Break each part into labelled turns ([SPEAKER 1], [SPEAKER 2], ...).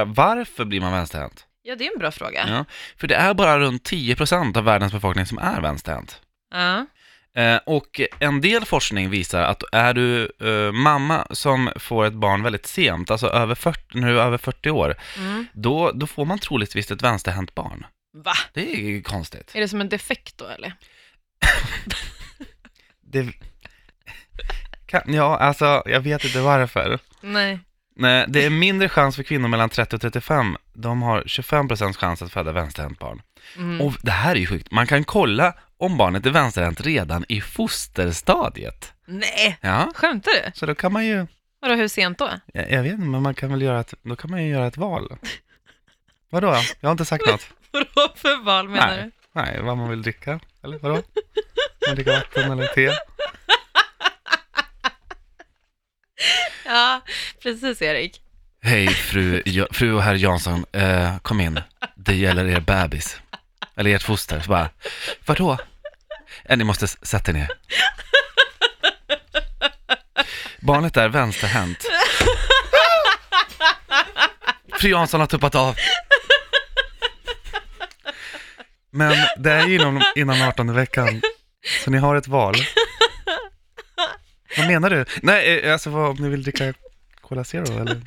[SPEAKER 1] Eh, Varför blir man vänsterhänt?
[SPEAKER 2] Ja, det är en bra fråga.
[SPEAKER 1] Ja. För det är bara runt 10% av världens befolkning som är vänsterhänt.
[SPEAKER 2] Ja.
[SPEAKER 1] Eh, Och en del forskning visar att är du eh, mamma som får ett barn väldigt sent, alltså över 40, när du är över 40 år,
[SPEAKER 2] Mm.
[SPEAKER 1] då, då får man troligtvis ett vänsterhänt barn.
[SPEAKER 2] Va?
[SPEAKER 1] Det är konstigt.
[SPEAKER 2] Är det som en defekt då eller?
[SPEAKER 1] Det... Kan, ja, alltså jag vet inte varför.
[SPEAKER 2] Nej.
[SPEAKER 1] Nej, det är mindre chans för kvinnor mellan 30 och 35. De har 25% chans att föda vänsterhänt barn.
[SPEAKER 2] Mm.
[SPEAKER 1] Och det här är ju sjukt. Man kan kolla om barnet är vänsterhänt redan i fosterstadiet.
[SPEAKER 2] Nej,
[SPEAKER 1] Ja,
[SPEAKER 2] skämtar du?
[SPEAKER 1] så då kan man ju,
[SPEAKER 2] Vadå, hur sent då?
[SPEAKER 1] jag, jag vet inte, men man kan väl göra ett, då kan man ju göra ett val. Vadå? Jag har inte sagt något.
[SPEAKER 2] Vadå för val menar
[SPEAKER 1] Nej.
[SPEAKER 2] du?
[SPEAKER 1] Nej, vad man vill dricka, eller vadå? Man dricker vatten eller te.
[SPEAKER 2] Ja, precis Erik.
[SPEAKER 1] Hej fru, Ja- fru och herr Jansson, eh, kom in. Det gäller er bebis. Eller ert foster. Så bara, vadå? Eh, ni måste s- sätta er ner. Barnet är vänsterhänt. Fru Jansson har tuppat av. Men det är ju inom, innan 18 veckan, så ni har ett val. Vad menar du? Nej, eh, alltså vad, om ni vill dricka Cola Zero eller?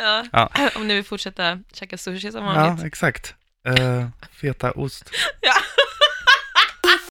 [SPEAKER 2] Ja.
[SPEAKER 1] Ja.
[SPEAKER 2] Om ni vill fortsätta käka sushi som
[SPEAKER 1] Ja,
[SPEAKER 2] vanligt.
[SPEAKER 1] exakt. Eh, feta ost.
[SPEAKER 2] Ja.